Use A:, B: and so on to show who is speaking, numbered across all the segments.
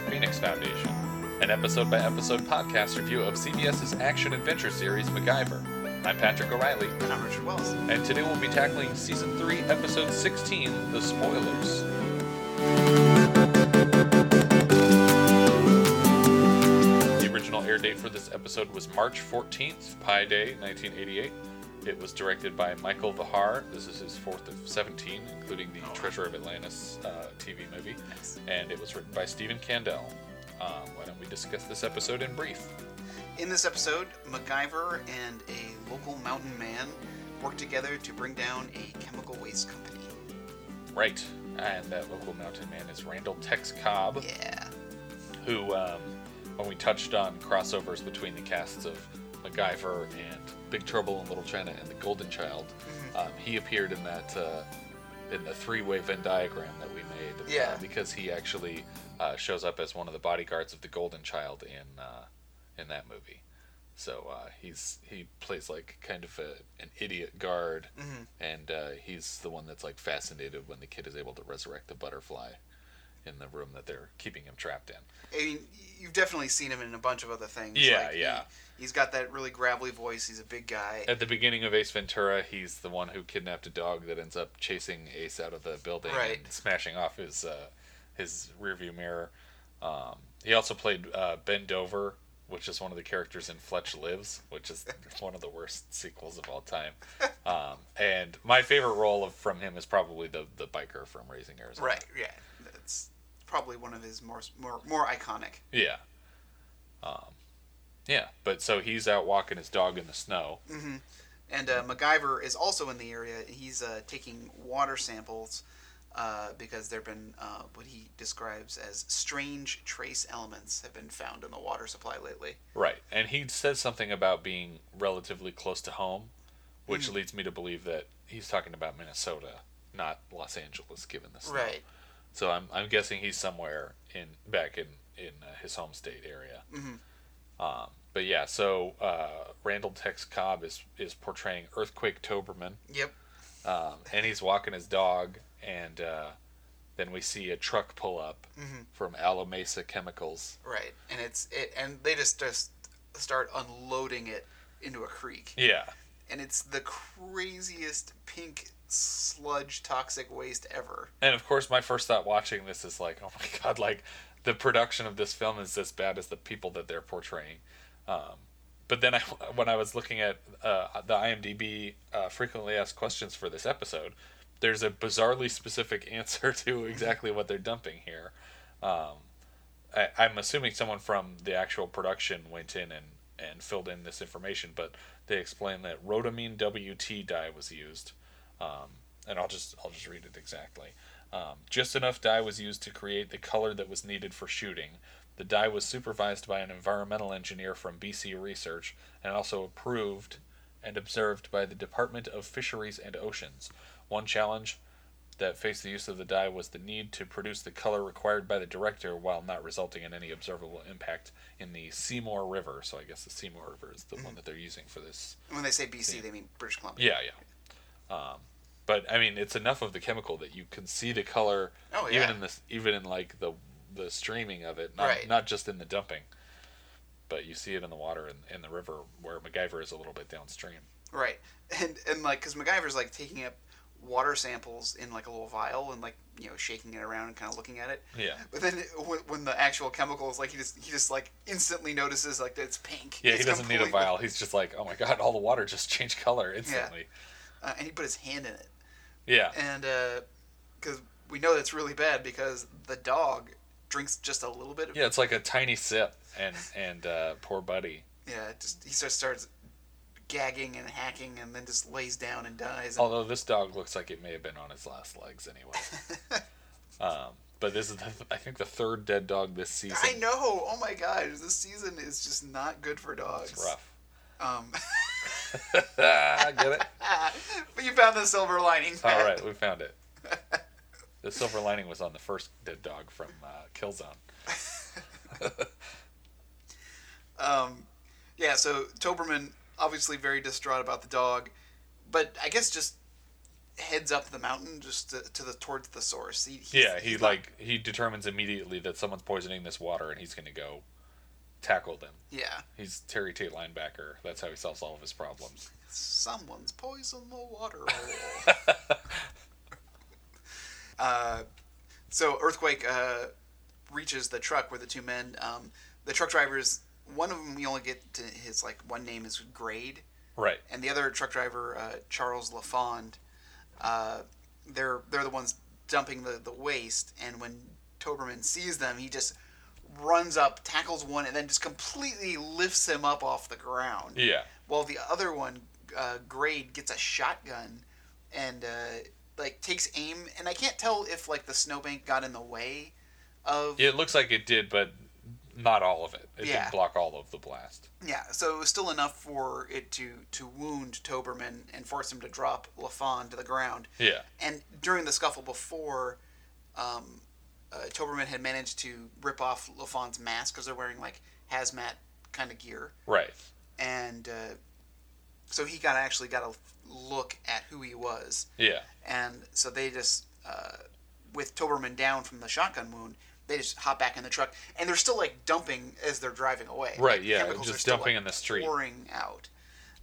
A: Foundation, an episode by episode podcast review of CBS's action adventure series MacGyver. I'm Patrick O'Reilly,
B: And I'm Richard Wells.
A: and today we'll be tackling Season 3, Episode 16 The Spoilers. The original air date for this episode was March 14th, Pi Day 1988. It was directed by Michael Vahar. This is his fourth of 17, including the Treasure of Atlantis uh, TV movie and it was written by Stephen Candell. Um, why don't we discuss this episode in brief?
B: In this episode, MacGyver and a local mountain man work together to bring down a chemical waste company.
A: Right, and that local mountain man is Randall Tex Cobb,
B: Yeah.
A: who, um, when we touched on crossovers between the casts of MacGyver and Big Trouble in Little China and The Golden Child, um, he appeared in that uh, in the three-way Venn diagram that we made. uh,
B: Yeah.
A: because he actually uh, shows up as one of the bodyguards of the Golden Child in uh, in that movie. So uh, he's he plays like kind of a, an idiot guard, and uh, he's the one that's like fascinated when the kid is able to resurrect the butterfly in the room that they're keeping him trapped in.
B: I mean, you've definitely seen him in a bunch of other things.
A: Yeah,
B: like,
A: yeah.
B: He, has got that really gravelly voice. He's a big guy.
A: At the beginning of Ace Ventura, he's the one who kidnapped a dog that ends up chasing Ace out of the building
B: Right.
A: and smashing off his uh, his rearview mirror. Um, he also played uh, Ben Dover, which is one of the characters in Fletch Lives, which is one of the worst sequels of all time. Um, and my favorite role of, from him is probably the the biker from Raising Arizona.
B: Right. Yeah. That's probably one of his more more more iconic.
A: Yeah. Um, yeah, but so he's out walking his dog in the snow.
B: And uh, MacGyver is also in the area. He's uh, taking water samples uh, because there have been uh, what he describes as strange trace elements have been found in the water supply lately.
A: Right. And he says something about being relatively close to home, which leads me to believe that he's talking about Minnesota, not Los Angeles, given the snow. So I'm, I'm guessing he's somewhere in back in, in uh, his home state area. Mm-hmm. Um, but yeah, so uh, Randall Tex Cobb is, is portraying Earthquake Toberman,
B: Yep.
A: um, and he's walking his dog, and uh, then we see a truck pull up from Alamesa Chemicals.
B: Right. And it's it, and they just just start unloading it into a creek.
A: Yeah.
B: And it's the craziest pink sludge toxic waste ever.
A: And of course, my first thought watching this is like, oh my god, like the production of this film is as bad as the people that they're portraying. Um, but then, I, when I was looking at uh, the IMDb uh, frequently asked questions for this episode, there's a bizarrely specific answer to exactly what they're dumping here. Um, I, I'm assuming someone from the actual production went in and, and filled in this information, but they explained that rhodamine WT dye was used, um, and I'll just I'll just read it exactly. Um, just enough dye was used to create the color that was needed for shooting. The dye was supervised by an environmental engineer from BC Research and also approved and observed by the Department of Fisheries and Oceans. One challenge that faced the use of the dye was the need to produce the color required by the director while not resulting in any observable impact in the Seymour River. So I guess the Seymour River is the one that they're using for this.
B: When they say BC, they mean British Columbia.
A: Yeah, yeah. Um, but I mean, it's enough of the chemical that you can see the color,
B: Oh,
A: even
B: yeah.
A: in this, even in like the the streaming of it, not
B: Right.
A: not just in the dumping, but you see it in the water and in the river where MacGyver is a little bit downstream.
B: Right. And and like cuz MacGyver's like taking up water samples in like a little vial and like, you know, shaking it around and kind of looking at it.
A: Yeah.
B: But then it- when, when the actual chemical is like he just he just like instantly notices like that it's pink.
A: Yeah,
B: It's
A: he doesn't need a
B: completely-
A: vial. He's just like, oh my god, all the water just changed color instantly.
B: Uh, and he put his hand in it.
A: Yeah,
B: and because we know that's really bad because the dog drinks just a little bit of
A: yeah, it's like a tiny sip, and and uh, poor buddy.
B: yeah just he starts starts gagging and hacking and then just lays down and dies and,
A: Although this dog looks like it may have been on its last legs anyway. um, but this is, the, I think, the third dead dog this season.
B: i know oh my god this season is just not good for dogs
A: It's rough.
B: um
A: Ah, I get it.
B: but you found the silver lining
A: All
B: Matt.
A: right, we found it. The silver lining was on the first dead dog from uh, Killzone.
B: Um, yeah, so Toberman obviously very distraught about the dog, but I guess just heads up the mountain just to, to the towards the source. He, he's-
A: Yeah, he
B: he's
A: like he determines immediately that someone's poisoning this water, and he's going to go tackle them.
B: not- yeah,
A: He's Terry Tate linebacker. That's how he solves all of his problems.
B: someone's poisoned the water hole. uh, so earthquake uh, reaches the truck where the two men. Um, the truck drivers. One of them we only get to his like one name is Grade,
A: Right.
B: and the other truck driver uh, Charles Lafond. Uh, they're they're the ones dumping the the waste, and when Toberman sees them, he just runs up, tackles one, and then just completely lifts him up off the ground
A: Yeah.
B: while the other one, uh, Grade, gets a shotgun and uh, like takes aim. And I can't tell if like the snowbank got in the way of yeah.
A: It looks like it did, but not all of it. It
B: Yeah.
A: didn't block all of the blast.
B: so it was still enough for it to to wound Toberman and force him to drop Lafon to the ground.
A: Yeah.
B: And during the scuffle before, um, uh, Toberman had managed to rip off Lafon's mask because they're wearing like hazmat kind of gear.
A: Right.
B: and uh, so he got actually got a look at who he was,
A: Yeah.
B: and so they just uh, with Toberman down from the shotgun wound, they just hop back in the truck, and they're still like dumping as they're driving away.
A: Right,
B: Like,
A: yeah,
B: chemicals
A: just
B: are still,
A: dumping
B: like,
A: in the street.
B: pouring out.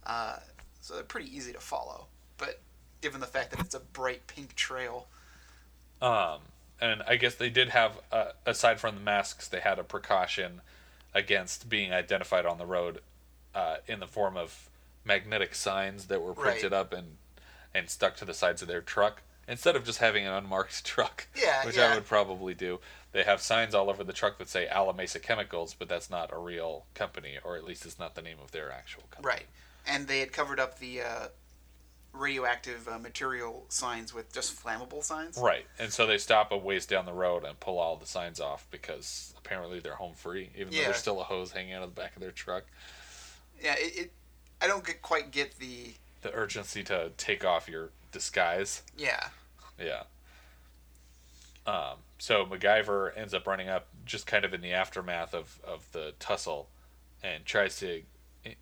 B: Uh, so they're pretty easy to follow, but given the fact that it's a bright pink trail,
A: Um, and I guess they did have, uh, aside from the masks, they had a precaution against being identified on the road uh, in the form of magnetic signs that were printed
B: Right.
A: up and and stuck to the sides of their truck. Instead of just having an unmarked truck,
B: Yeah,
A: which
B: yeah.
A: I would probably do, they have signs all over the truck that say Alamesa Chemicals, but that's not a real company, or at least it's not the name of their actual company.
B: right? And they had covered up the uh, radioactive uh, material signs with just flammable signs.
A: Right. And so they stop a ways down the road and pull all the signs off because apparently they're home free, even though
B: Yeah.
A: there's still a hose hanging out of the back of their truck.
B: Yeah, it, it I don't get, quite get the
A: The urgency to take off your disguise.
B: yeah.
A: Yeah. Um, so MacGyver ends up running up just kind of in the aftermath of, of the tussle and tries to.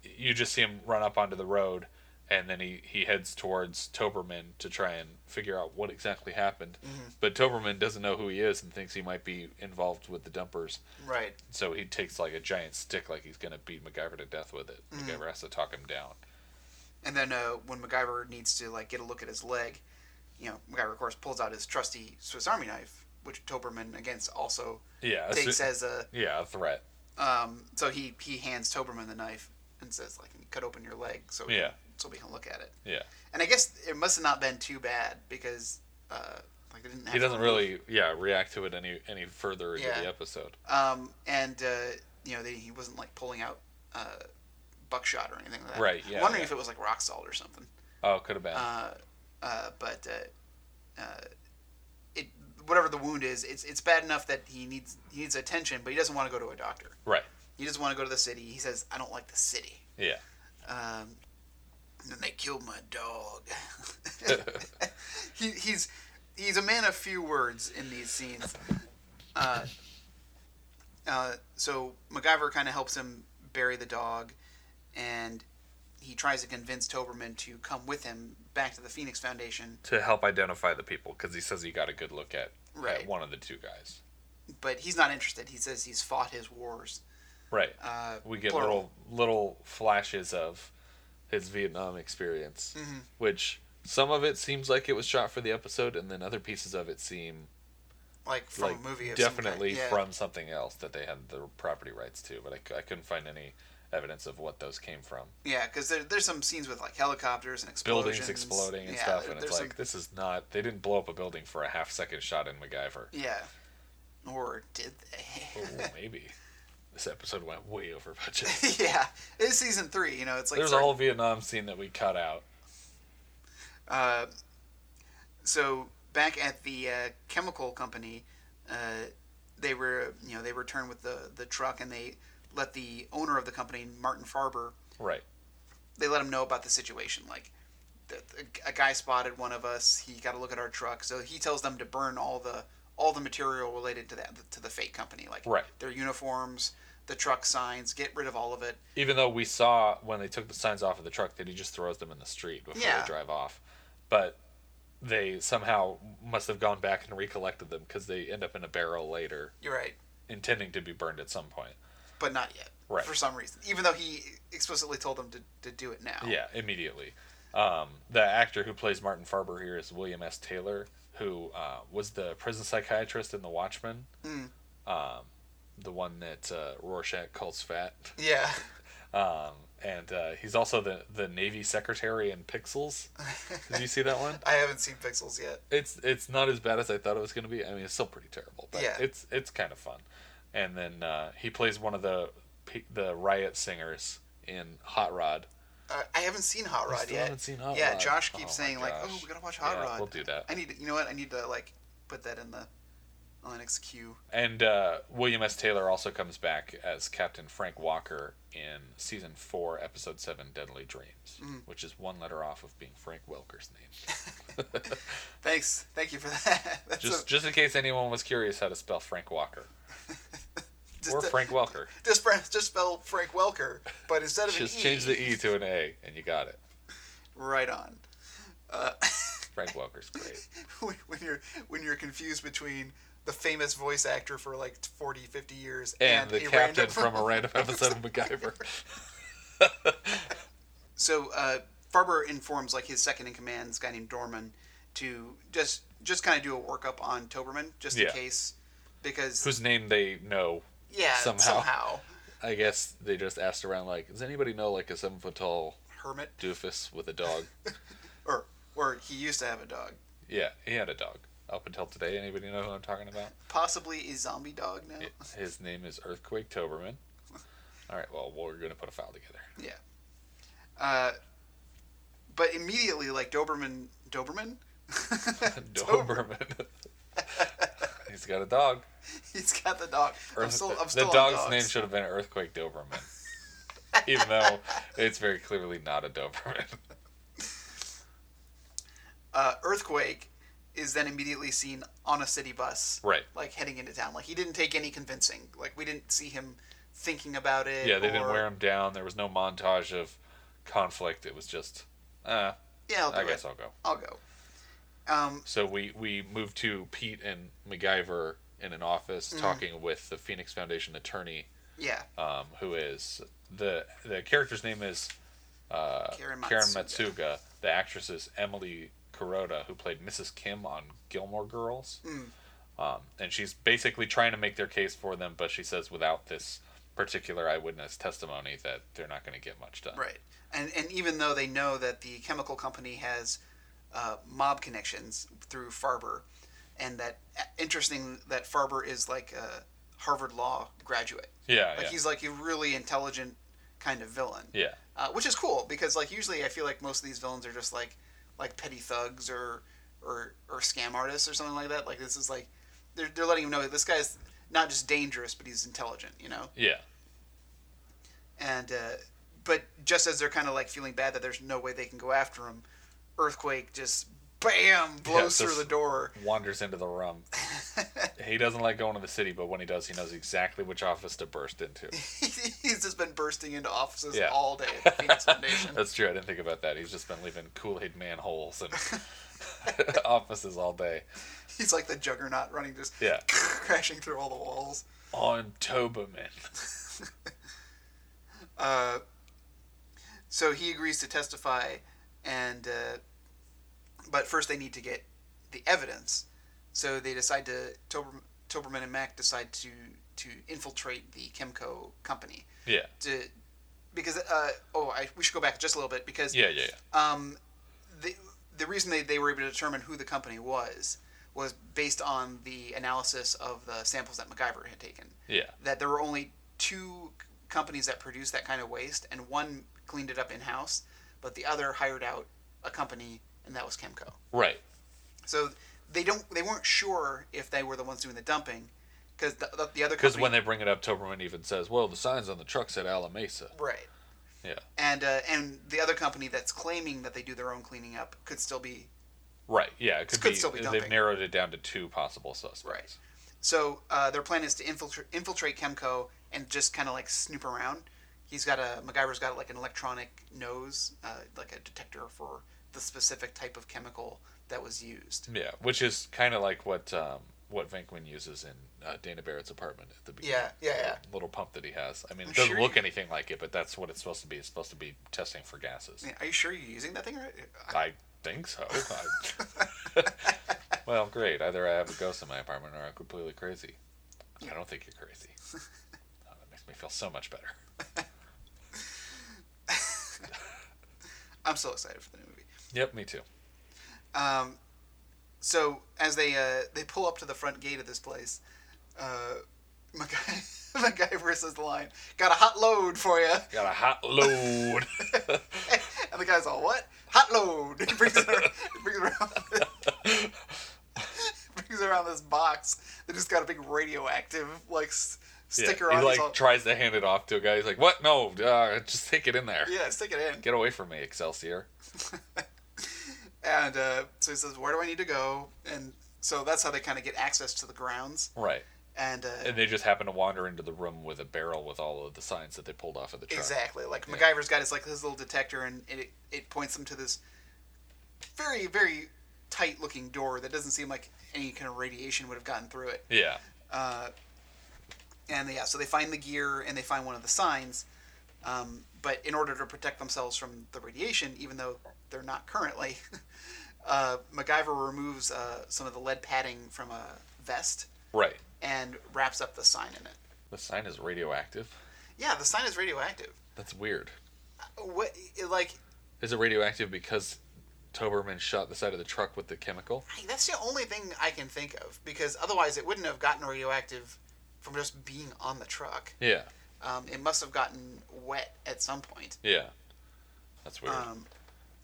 A: You just see him run up onto the road and then he, he heads towards Toberman to try and figure out what exactly happened. But Toberman doesn't know who he is and thinks he might be involved with the dumpers.
B: Right.
A: So he takes like a giant stick, like he's gonna beat MacGyver to death with it. MacGyver has to talk him down.
B: And then uh, when MacGyver needs to like get a look at his leg, you know, MacGyver of course pulls out his trusty Swiss Army knife, which Toberman against also
A: Yeah, a
B: takes
A: su-
B: as a
A: yeah, a threat.
B: um. So he he hands Toberman the knife and says like cut open your leg so we-
A: Yeah.
B: so we can look at it.
A: Yeah,
B: And I guess it must have not been too bad because uh like they didn't have
A: he
B: to
A: doesn't
B: remove-
A: really yeah react to it any any further into
B: Yeah.
A: the episode.
B: um and uh, you know they, he wasn't like pulling out uh buckshot or anything like that.
A: Right, yeah,
B: I'm wondering
A: yeah.
B: if it was like rock salt or something.
A: Oh, could have been.
B: uh, uh, but uh, uh, it whatever the wound is, it's it's bad enough that he needs he needs attention, but he doesn't want to go to a doctor.
A: right.
B: He doesn't want to go to the city. He says, "I don't like the city."
A: Yeah.
B: Um, and then they killed my dog. he, he's he's a man of few words in these scenes. Uh, uh, so MacGyver kind of helps him bury the dog, and he tries to convince Toberman to come with him back to the Phoenix Foundation.
A: To help identify the people, because he says he got a good look at,
B: Right.
A: at one of the two guys.
B: But he's not interested. He says he's fought his wars.
A: Right.
B: Uh,
A: we get
B: plural.
A: little little flashes of his Vietnam experience,
B: Mm-hmm.
A: which some of it seems like it was shot for the episode, and then other pieces of it seem
B: like from
A: like,
B: a movie. Of some kind.
A: definitely
B: Yeah.
A: from something else that they had the property rights to, but I, c- I couldn't find any evidence of what those came from.
B: Yeah, because there, there's some scenes with like helicopters and explosions,
A: Buildings exploding and
B: Yeah,
A: stuff,
B: there-
A: and it's
B: there's
A: like this is not. They didn't blow up a building for a half second shot in MacGyver.
B: some- yeah, or did they?
A: Oh, maybe this episode went way over budget.
B: yeah, it's season three. You know, it's like
A: There's a
B: certain-
A: whole Vietnam scene that we cut out.
B: Uh, so back at the uh, chemical company, uh, they were you know they returned with the the truck and they let the owner of the company Martin Farber
A: Right.
B: they let him know about the situation like. the- the- A guy spotted one of us. He got a look at our truck, so he tells them to burn all the all the material related to that to the fake company, like
A: Right.
B: their uniforms, the truck signs. Get rid of all of it.
A: even though we saw when they took the signs off of the truck that he just throws them in the street before
B: Yeah.
A: they drive off. But they somehow must have gone back and recollected them because they end up in a barrel later,
B: You're right,
A: intending to be burned at some point.
B: but not yet.
A: Right.
B: For some reason, even though he explicitly told them to, to do it now.
A: Yeah, immediately. Um, the actor who plays Martin Farber here is William S. Taylor, who uh, was the prison psychiatrist in The Watchmen,
B: Mm.
A: um, the one that uh, Rorschach calls fat.
B: Yeah.
A: Um, and uh, he's also the, the Navy secretary in Pixels. Did you see that one?
B: I haven't seen Pixels yet.
A: It's it's not as bad as I thought it was going to be. I mean, it's still pretty terrible, but
B: Yeah.
A: it's it's kind of fun. And then uh, he plays one of the pe- the riot singers in Hot Rod.
B: Uh, I haven't seen Hot
A: I
B: Rod
A: still
B: yet.
A: haven't seen Hot
B: yeah,
A: Rod.
B: Josh
A: Oh
B: keeps
A: my
B: saying like,
A: gosh.
B: "Oh, we gotta watch Hot
A: Yeah,
B: Rod."
A: We'll do that.
B: I need to, you know what? I need to like put that in the on next queue.
A: And uh, William S. Taylor also comes back as Captain Frank Walker in season four, episode seven, Deadly Dreams,
B: Mm.
A: which is one letter off of being Frank Welker's name.
B: Thanks, thank you for that. That's
A: Just
B: a,
A: just in case anyone was curious how to spell Frank Walker
B: just
A: or
B: a-
A: Frank Welker,
B: Just, fra- just spell Frank Welker, but instead of
A: just
B: an e,
A: change the E to an A, and you got it.
B: right on. Uh,
A: Frank Welker's great.
B: when when you're when you're confused between the famous voice actor for like 40, 50 years
A: And, the
B: a
A: captain
B: random-
A: from a random episode of MacGyver.
B: So uh, Farber informs like his second in command, this guy named Dorman, to just just kind of do a workup on Toberman just
A: Yeah.
B: in case, because
A: Whose name they know.
B: yeah
A: somehow.
B: somehow.
A: I guess they just asked around, like, does anybody know, like, a seven foot tall
B: hermit
A: doofus with a dog?
B: or or he used to have a dog,
A: Yeah, he had a dog. Up until today, anybody know who I'm talking about?
B: possibly a zombie dog now.
A: It- his name is Earthquake Toberman. All right, well, we're going to put a file together.
B: Yeah. Uh, but immediately, like Doberman, Doberman,
A: Doberman. He's got a dog.
B: he's got the dog. I'm
A: Earth-
B: still, I'm
A: the
B: still on
A: dog's
B: dogs.
A: name should have been Earthquake Doberman, even though it's very clearly not a Doberman.
B: uh, earthquake is then immediately seen on a city bus,
A: Right.
B: like heading into town. Like he didn't take any convincing. Like we didn't see him thinking about it.
A: Yeah, they didn't
B: or-
A: wear him down. There was no montage of conflict. It was just, uh,
B: Yeah, I'll do
A: I guess
B: it.
A: I'll go.
B: I'll go. Um,
A: So we we moved to Pete and MacGyver in an
B: Mm.
A: office talking with the Phoenix Foundation attorney,
B: yeah,
A: um, who is the the character's name is uh,
B: Karen
A: Karen
B: Matsuga.
A: Matsuga. The actress is Emily Kuroda, who played Mrs. Kim on Gilmore Girls,
B: Mm.
A: um, and she's basically trying to make their case for them, but she says without this particular eyewitness testimony that they're not going to get much done.
B: right. And and even though they know that the chemical company has uh, mob connections through Farber, and that interesting that Farber is like a Harvard Law graduate.
A: Yeah,
B: Like
A: yeah,
B: he's like a really intelligent kind of villain.
A: yeah.
B: uh, which is cool because like usually I feel like most of these villains are just like like petty thugs or or or scam artists or something like that. Like this is like they're they're letting him know that this guy's not just dangerous but he's intelligent, you know.
A: Yeah,
B: And uh, but just as they're kind of like feeling bad that there's no way they can go after him, earthquake just bam blows
A: Yeah,
B: through
A: just-
B: the door.
A: wanders into the room. he doesn't like going to the city, but when he does, he knows exactly which office to burst into.
B: he's just been bursting into offices
A: Yeah.
B: all day at the Phoenix Foundation.
A: That's true. I didn't think about that. He's just been leaving Kool Aid manholes and offices all day.
B: He's like the juggernaut running just
A: Yeah.
B: crashing through all the walls.
A: On Toberman.
B: Uh, so he agrees to testify, and uh, but first they need to get the evidence. So they decide to Tober, Toberman and Mac decide to to infiltrate the Chemco company
A: Yeah.
B: to because uh, oh I, we should go back just a little bit because
A: Yeah, yeah, yeah.
B: um, the the reason they, they were able to determine who the company was was based on the analysis of the samples that MacGyver had taken
A: Yeah.
B: that there were only two c- companies that produced that kind of waste, and one cleaned it up in house, but the other hired out a company, and that was Chemco.
A: Right.
B: So they don't they weren't sure if they were the ones doing the dumping, because the, the, the other
A: Because
B: company
A: when they bring it up, Toberman even says, well, the signs on the truck said Alamesa.
B: right
A: Yeah.
B: and uh, and the other company that's claiming that they do their own cleaning up could still be
A: Right. Yeah. It could,
B: Could
A: be.
B: still be
A: they've
B: dumping.
A: narrowed it down to two possible suspects.
B: Right. So uh, their plan is to infiltrate, infiltrate Chemco and just kind of like snoop around. He's got a MacGyver's got like an electronic nose, uh, like a detector for the specific type of chemical that was used.
A: Yeah, which is kind of like what um, what Venkman uses in uh, Dana Barrett's apartment at the beginning.
B: Yeah, yeah, yeah.
A: The Little pump that he has. I mean, it
B: I'm
A: doesn't
B: sure
A: look
B: you-
A: anything like it, but that's what it's supposed to be. It's supposed to be testing for gases.
B: I mean, are you sure you're using that thing? Right? I-
A: I think so. I- well, great. Either I have a ghost in my apartment or I'm completely crazy. I don't think you're crazy. Oh, that makes me feel so much better.
B: I'm so excited for the new movie.
A: Yep, me too.
B: Um, so as they uh, they pull up to the front gate of this place, uh, MacGy- MacGyver says the line, "Got a hot load for you,"
A: Got a hot load.
B: and the guy's all, "What? Hot load?" He brings it around, brings it around, brings it around this box that just got a big radioactive like s-
A: Yeah,
B: sticker
A: he
B: on. it.
A: like tries to hand it off to a guy. He's like, "What? No, uh, just take it in there.
B: yeah, stick it in.
A: Get away from me, Excelsior."
B: And uh, so he says, "Where do I need to go?" And so that's how they kind of get access to the grounds.
A: Right.
B: And, uh,
A: And they just happen to wander into the room with a barrel with all of the signs that they pulled off of the truck.
B: exactly, like MacGyver's got his like his little detector, and it it points them to this very very tight looking door that doesn't seem like any kind of radiation would have gotten through it.
A: Yeah.
B: And yeah, so they find the gear and they find one of the signs. Um, but in order to protect themselves from the radiation, even though they're not currently, uh, MacGyver removes uh, some of the lead padding from a vest.
A: Right.
B: and wraps up the sign in it.
A: The sign is radioactive.
B: Yeah, the sign is radioactive.
A: That's weird.
B: What, it, like,
A: Is it radioactive because Toberman shot the side of the truck with the chemical?
B: I- that's the only thing I can think of because otherwise it wouldn't have gotten radioactive from just being on the truck.
A: Yeah.
B: Um, it must have gotten wet at some point.
A: Yeah. That's weird.
B: Um,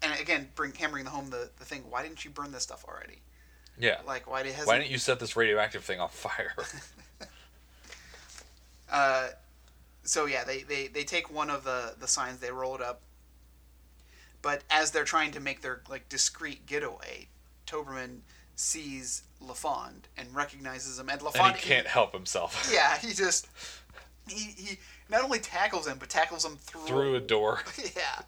B: and again, bring hammering home the, the thing. Why didn't you burn this stuff already?
A: yeah.
B: Like, why did hasn't?
A: Why didn't you set this radioactive thing on fire?
B: Uh, so yeah, they, they, they take one of the, the signs, they roll it up. But as they're trying to make their like discreet getaway, Toberman sees LaFond and recognizes him. And LaFond
A: and he can't help himself.
B: Yeah, he just he, he not only tackles him, but tackles him through
A: Through a door.
B: yeah.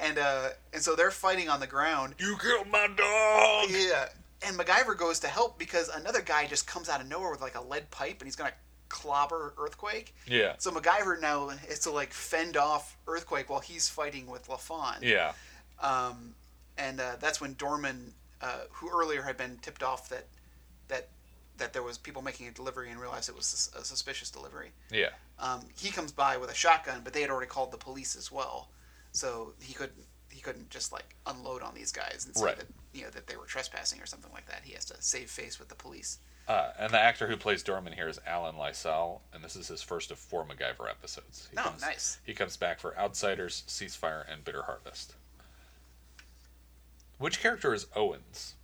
B: And uh, and so they're fighting on the ground.
A: You killed my dog!
B: Yeah. And MacGyver goes to help because another guy just comes out of nowhere with like a lead pipe and he's gonna clobber Earthquake.
A: Yeah.
B: So MacGyver now is to like fend off Earthquake while he's fighting with LaFon.
A: Yeah.
B: Um, and uh, that's when Dorman, uh, who earlier had been tipped off that that that there was people making a delivery and realized it was sus- a suspicious delivery.
A: Yeah.
B: Um, he comes by with a shotgun, but they had already called the police as well, so he couldn't he couldn't just like unload on these guys and say
A: Right.
B: that you know that they were trespassing or something like that. He has to save face with the police.
A: Uh, and the actor who plays Dorman here is Alan Lysel, and this is his first of four MacGyver episodes. He
B: Oh, nice.
A: He comes back for Outsiders, Ceasefire, and Bitter Harvest. Which character is Owens?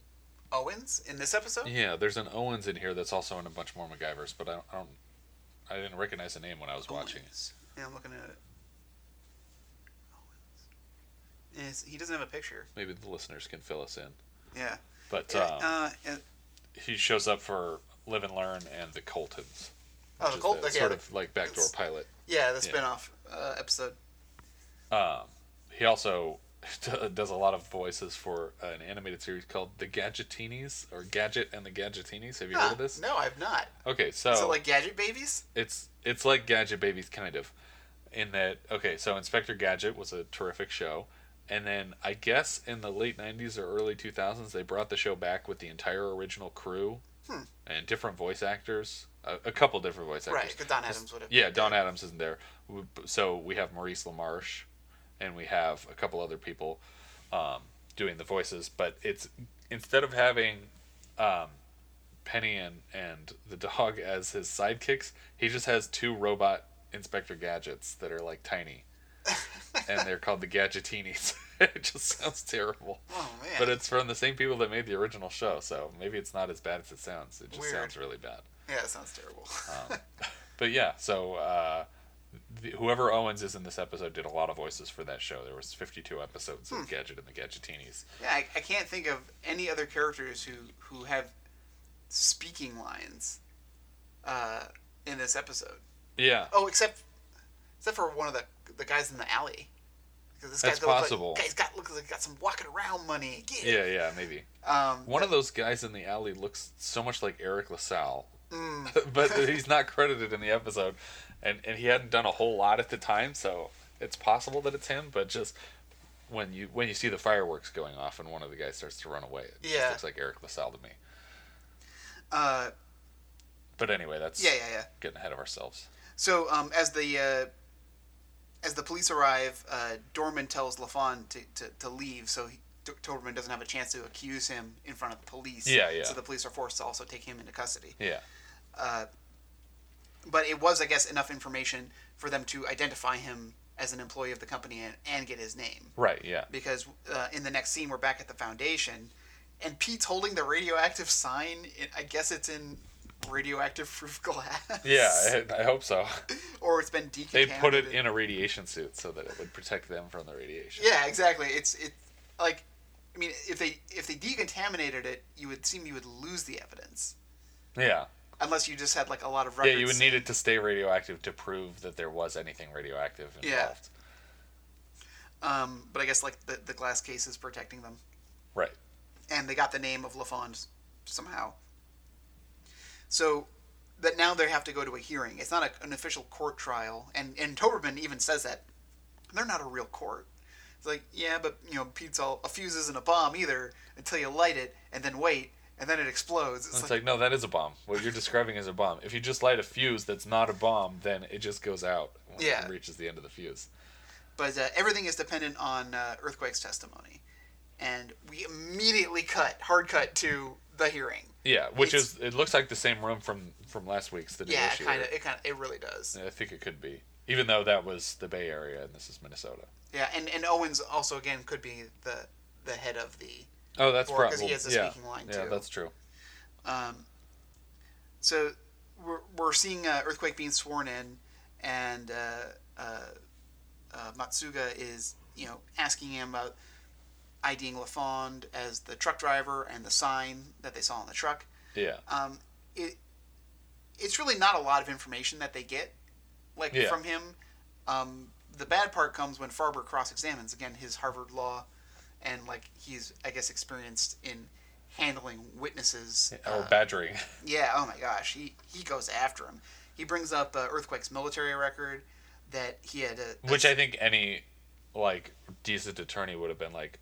B: Owens in this episode.
A: Yeah, there's an Owens in here that's also in a bunch more MacGyvers, but I don't, I, don't, I didn't recognize the name when I was watching it.
B: Owens. Yeah, I'm looking at it. Owens. Yes, he doesn't have a picture.
A: Maybe the listeners can fill us in.
B: Yeah.
A: But
B: Yeah,
A: um,
B: uh, and-
A: he shows up for Live and Learn and the Coltons.
B: Oh,
A: which
B: the
A: is
B: Colt-
A: the
B: okay,
A: sort
B: the-
A: of like backdoor
B: it's-
A: pilot.
B: yeah, the
A: Yeah.
B: spinoff uh, episode.
A: He also does a lot of voices for an animated series called The Gadgetinis or Gadget and the Gadgetinis. Have you heard
B: Huh,
A: of this? Oh.
B: Ah, No, I've not.
A: Okay, so,
B: So like gadget babies?
A: it's it's like Gadget Babies kind of in that okay, so Inspector Gadget was a terrific show. And then I guess in the late 90s or early 2000s they brought the show back with the entire original crew and different voice actors, a, a couple different voice actors.
B: Hmm. Right, because Don Adams would have.
A: Yeah, Don Adams isn't there. We- So we have Maurice LaMarche, and we have a couple other people um, doing the voices. But it's instead of having um, Penny and and the dog as his sidekicks, he just has two robot Inspector Gadgets that are like tiny, and they're called the Gadgetinis. it just sounds terrible.
B: Oh man.
A: But it's from the same people that made the original show, so maybe it's not as bad as it sounds. It just
B: Weird.
A: sounds really bad.
B: yeah, that sounds terrible.
A: But yeah, so uh, the, whoever Owens is in this episode did a lot of voices for that show. There was 52 episodes
B: Hmm.
A: of Gadget and the Gadgetinis.
B: yeah, I, I can't think of any other characters who who have speaking lines uh, in this episode.
A: Yeah,
B: Oh, except except for one of the the guys in the alley. This
A: That's
B: guy's got
A: possible.
B: Look like, guy's got look like he's got some walking around money.
A: Yeah,
B: Yeah.
A: yeah, maybe.
B: Um,
A: One of those guys in the alley looks so much like Eric LaSalle,
B: mm,
A: but he's not credited in the episode, and and he hadn't done a whole lot at the time, so it's possible that it's him. But just when you when you see the fireworks going off and one of the guys starts to run away, it
B: Yeah.
A: just looks like Eric LaSalle to me.
B: uh,
A: But anyway, that's
B: yeah, yeah, yeah.
A: getting ahead of ourselves.
B: So um, as the uh, as the police arrive, uh, Dorman tells Lafon to, to, to leave, so he, D- Doberman doesn't have a chance to accuse him in front of the police.
A: Yeah, yeah.
B: So the police are forced to also take him into custody.
A: Yeah,
B: But it was, I guess, enough information for them to identify him as an employee of the company and, and get his name.
A: right. Yeah,
B: Because uh, in the next scene, we're back at the foundation, and Pete's holding the radioactive sign. It, I guess it's in radioactive proof glass.
A: yeah. I, I hope so.
B: or it's been
A: They
B: decontaminated.
A: put it in a radiation suit so that it would protect them from the radiation.
B: Yeah, exactly. It's it like I mean, if they if they decontaminated it, you would seem you would lose the evidence
A: yeah.
B: unless you just had like a lot of
A: Yeah,
B: records.
A: you would need it to stay radioactive to prove that there was anything radioactive involved.
B: Yeah. Um, but I guess like the, the glass case is protecting them,
A: Right.
B: and they got the name of Lafond somehow. So that now they have to go to a hearing. It's not a, an official court trial, and and Toberman even says that they're not a real court. It's like yeah, but you know, Pete's all a fuse isn't a bomb either until you light it and then wait and then it explodes. It's
A: It's
B: like,
A: like, no, that is a bomb. What you're describing is a bomb. If you just light a fuse that's not a bomb, then it just goes out when
B: Yeah.
A: it reaches the end of the fuse.
B: but uh, everything is dependent on uh, Earthquake's testimony. And we immediately cut, hard cut to the hearing.
A: Yeah, which
B: It's-
A: is it looks like the same room from from last week's the
B: Yeah,
A: negotiator.
B: kind of. It kind of. It really does.
A: I think it could be, even though that was the Bay Area and this is Minnesota.
B: Yeah, and and Owens also again could be the the head of the.
A: Oh, that's
B: Or 'cause
A: probably
B: he has a
A: yeah.
B: speaking line,
A: yeah,
B: too.
A: that's true.
B: Um, so we're we're seeing uh, Earthquake being sworn in, and uh, uh, uh, Matsuga is you know asking him about IDing LaFond as the truck driver and the sign that they saw on the truck.
A: Yeah,
B: um, it it's really not a lot of information that they get like
A: Yeah.
B: from him. Um, the bad part comes when Farber cross examines again his Harvard law, and like he's I guess experienced in handling witnesses.
A: or
B: Uh,
A: badgering.
B: yeah. Oh my gosh. He he goes after him. He brings up uh, Earthquake's military record that he had. A,
A: Which I think any like decent attorney would have been like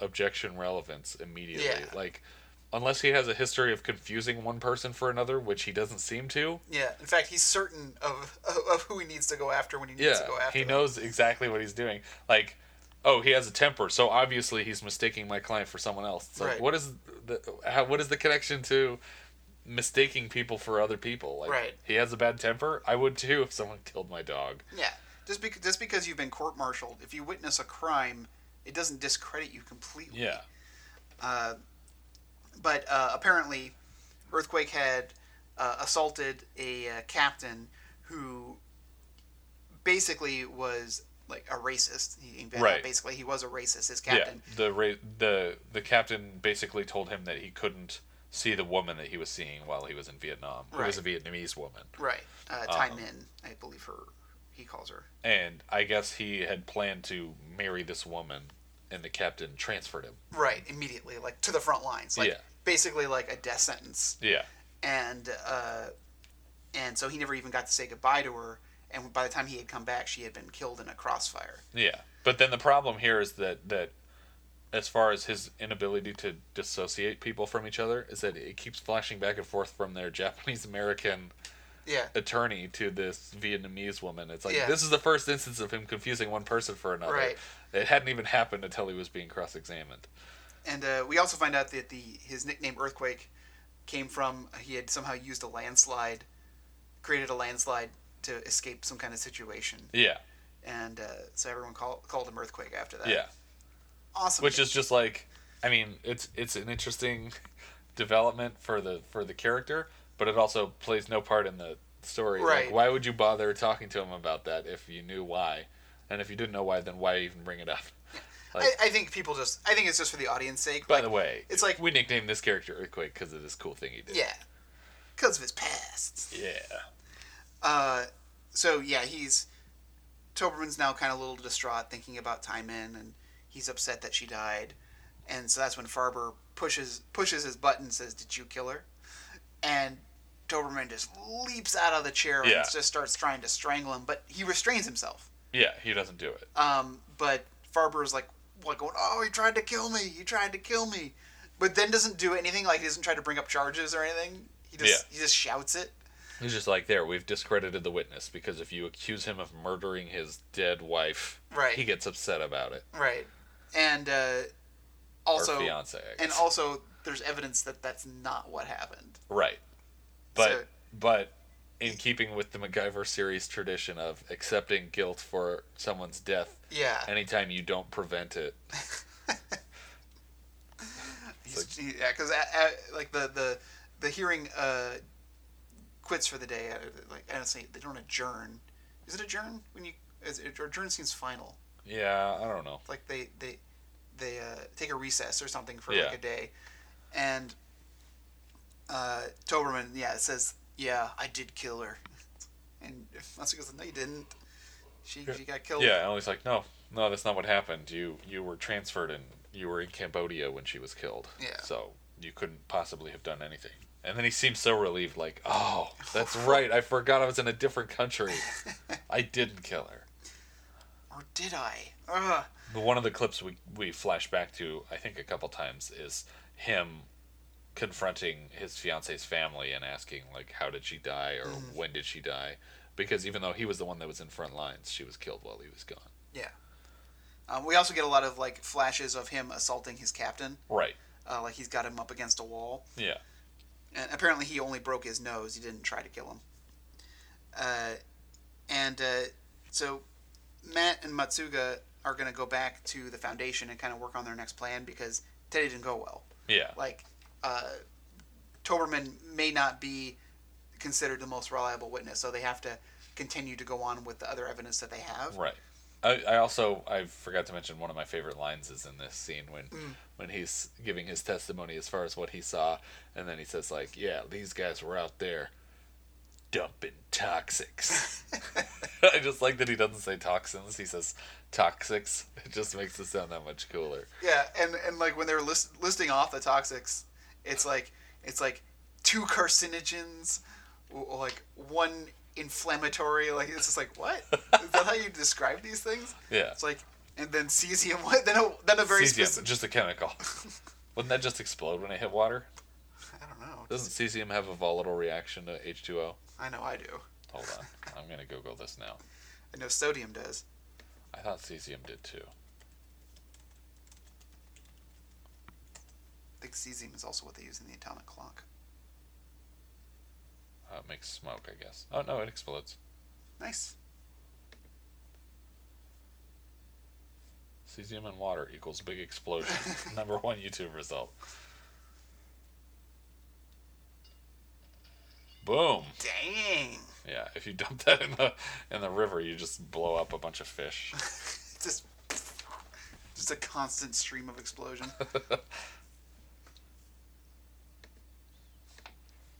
A: objection relevance immediately.
B: Yeah.
A: Like unless he has a history of confusing one person for another, which he doesn't seem to.
B: yeah. In fact, he's certain of, of of who he needs to go after when he needs
A: Yeah.
B: to go after.
A: He
B: them.
A: knows exactly what he's doing. Like Oh, he has a temper, so obviously he's mistaking my client for someone else. It's like,
B: Right.
A: what is the how, what is the connection to mistaking people for other people? Like,
B: Right.
A: he has a bad temper. I would too if someone killed my dog.
B: Yeah, just because just because you've been court-martialed, if you witness a crime, it doesn't discredit you completely.
A: Yeah,
B: But uh, apparently, earthquake had uh, assaulted a uh, captain who basically was like a racist. He,
A: Right.
B: Basically, he was a racist. His captain.
A: Yeah, the ra- the the captain basically told him that he couldn't see the woman that he was seeing while he was in Vietnam. It was a Vietnamese woman,
B: Right. Uh,
A: Um.
B: Ty Min, I believe her. He calls her.
A: and I guess he had planned to marry this woman, and the captain transferred him.
B: Right. Immediately, like to the front lines. Like,
A: Yeah.
B: Basically, like a death sentence.
A: Yeah,
B: and uh, and so he never even got to say goodbye to her. And by the time he had come back, she had been killed in a crossfire.
A: yeah. But then the problem here is that that as far as his inability to dissociate people from each other is that it keeps flashing back and forth from their Japanese American
B: Yeah,
A: attorney to this Vietnamese woman. It's like
B: Yeah.
A: this is the first instance of him confusing one person for another.
B: Right.
A: It hadn't even happened until he was being cross-examined.
B: and uh, we also find out that the his nickname Earthquake came from he had somehow used a landslide, created a landslide to escape some kind of situation,
A: Yeah.
B: and uh, so everyone call, called him Earthquake after that.
A: Yeah.
B: awesome.
A: Which is just like I mean, it's it's an interesting development for the for the character, but it also plays no part in the story.
B: Right.
A: Like why would you bother talking to him about that if you knew why? And if you didn't know why, then why even bring it up? Like,
B: I, I think people just I think it's just for the audience sake.
A: by
B: like,
A: the way,
B: it's like-
A: we nicknamed this character Earthquake because of this cool thing he did.
B: yeah, because of his past.
A: Yeah.
B: Uh, so yeah, he's Toberman's now kind of a little distraught, thinking about Timon, and he's upset that she died. And so that's when Farber pushes pushes his button, and says, "Did you kill her?" And Toberman just leaps out of the chair
A: Yeah.
B: and just starts trying to strangle him, but he restrains himself.
A: Yeah, he doesn't do it.
B: Um, but Farber is like, like going, "Oh, he tried to kill me! He tried to kill me!" But then doesn't do anything. Like he doesn't try to bring up charges or anything. He just he just shouts it.
A: He's just like, there, we've discredited the witness because if you accuse him of murdering his dead wife,
B: Right.
A: he gets upset about it.
B: Right. And uh,
A: or
B: also,
A: fiance, I guess.
B: and also, there's evidence that that's not what happened.
A: right. But
B: So-
A: but in keeping with the MacGyver series tradition of accepting guilt for someone's death,
B: Yeah.
A: anytime you don't prevent it,
B: He's, he, yeah, because like the the the hearing uh, quits for the day. uh, Like I don't say they don't adjourn. Is it adjourn when you? Is it, adjourn seems final.
A: yeah, I don't know.
B: It's like they they they uh, take a recess or something for
A: Yeah.
B: like a day, and uh, Toberman yeah says yeah I did kill her, and Matsu goes no you didn't. She, she got killed.
A: Yeah, Ellie's like, no, no, that's not what happened. You you were transferred and you were in Cambodia when she was killed.
B: Yeah.
A: So you couldn't possibly have done anything. And then he seems so relieved, like, oh, that's right. I forgot I was in a different country. I didn't kill her.
B: Or did I? Ugh.
A: But one of the clips we we flash back to, I think a couple times, is him confronting his fiance's family and asking like, how did she die or when did she die? Because even though he was the one that was in front lines, she was killed while he was gone.
B: Yeah. Um, we also get a lot of like flashes of him assaulting his captain.
A: Right.
B: Uh, like he's got him up against a wall.
A: Yeah.
B: And apparently, he only broke his nose. He didn't try to kill him. Uh, and uh, so, Matt and Matsuga are going to go back to the foundation and kind of work on their next plan because Teddy didn't go well.
A: Yeah.
B: Like, uh, Toberman may not be considered the most reliable witness, so they have to continue to go on with the other evidence that they have.
A: Right. I, I also I forgot to mention one of my favorite lines is in this scene when
B: Mm.
A: when he's giving his testimony as far as what he saw, and then he says like, "Yeah, these guys were out there dumping toxics." I just like that he doesn't say toxins; he says toxics. It just makes it sound that much cooler.
B: Yeah, and and like when they're list, listing off the toxics, it's like it's like two carcinogens, w- or like one inflammatory. Like it's just like what? Is that how you describe these things?
A: Yeah,
B: It's like and then cesium. What? Then a then a very
A: cesium,
B: specific.
A: just a chemical. Wouldn't that just explode when it hit water?
B: I don't know.
A: Doesn't cesium have a volatile reaction to H two O?
B: I know I do.
A: Hold on, I'm gonna Google this now.
B: I know sodium does.
A: I thought cesium did too.
B: I think cesium is also what they use in the atomic clock.
A: Uh, it makes smoke, I guess. Oh no, it explodes.
B: Nice.
A: Cesium and water equals big explosion. Number one YouTube result. Boom.
B: Dang.
A: Yeah, if you dump that in the in the river, you just blow up a bunch of fish.
B: It's just just a constant stream of explosion.